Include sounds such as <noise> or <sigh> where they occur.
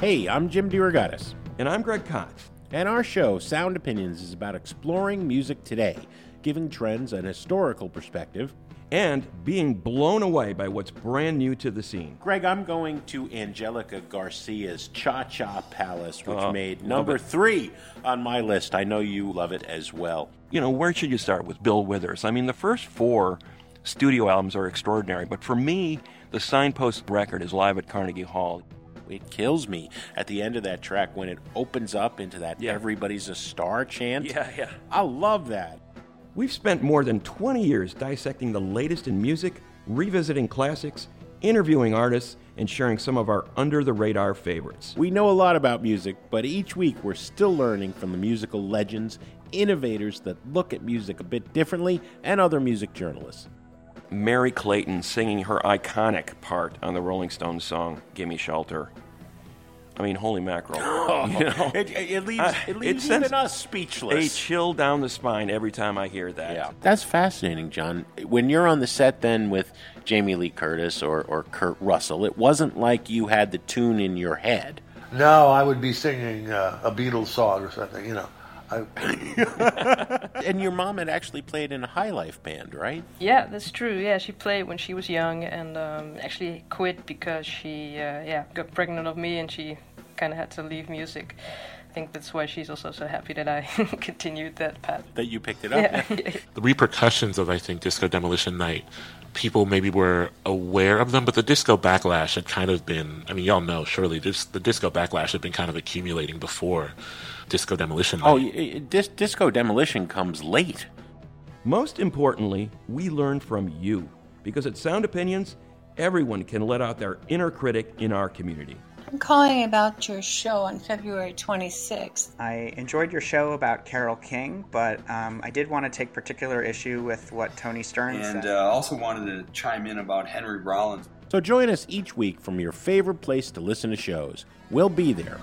Hey, I'm Jim DeRogatis, And I'm Greg Kot. and our show, Sound Opinions, is about exploring music today, giving trends an historical perspective. And being blown away by what's brand new to the scene. Greg, I'm going to Angelica Garcia's Cha Cha Palace, which made Oh, love number it. three on my list. I know you love it as well. You know, where should you start with Bill Withers? I mean, the first four studio albums are extraordinary, but for me, the signpost record is live at Carnegie Hall. It kills me at the end of that track when it opens up into that Yeah. everybody's a star chant. yeah. I love that. We've spent more than 20 years dissecting the latest in music, revisiting classics, interviewing artists, and sharing some of our under the radar favorites. We know a lot about music, but each week we're still learning from the musical legends, innovators that look at music a bit differently, and other music journalists. Mary Clayton singing her iconic part on the Rolling Stones song "Gimme Shelter." I mean, <gasps> holy mackerel! You know, It, it it leaves, Uh, it leaves sends even us a speechless. chill down the spine every time I hear that. Yeah. That's fascinating, John. When you're on the set then with Jamie Lee Curtis or, or Kurt Russell, it wasn't like you had the tune in your head. No, I would be singing uh, a Beatles song or something, you know. I, And your mom had actually played in a high life band, right? Yeah, that's true. Yeah, she played when she was young and um, actually quit because she uh, yeah got pregnant of me and she kind of had to leave music. I think that's why she's also so happy that I <laughs> continued that path. That you picked it up. Yeah. the repercussions of I think Disco Demolition Night, people maybe were aware of them, but the disco backlash had kind of been. I mean, y'all know surely this, the disco backlash had been kind of accumulating before Disco Demolition Night. Oh, y- y- dis- disco demolition comes late. Most importantly, we learn from you because at Sound Opinions, everyone can let out their inner critic in our community. I'm calling about your show on February 26th. I enjoyed your show about Carol King, but um, I did want to take particular issue with what Tony Stern and said. uh, also wanted to chime in about Henry Rollins. So join us each week from your favorite place to listen to shows. We'll be there.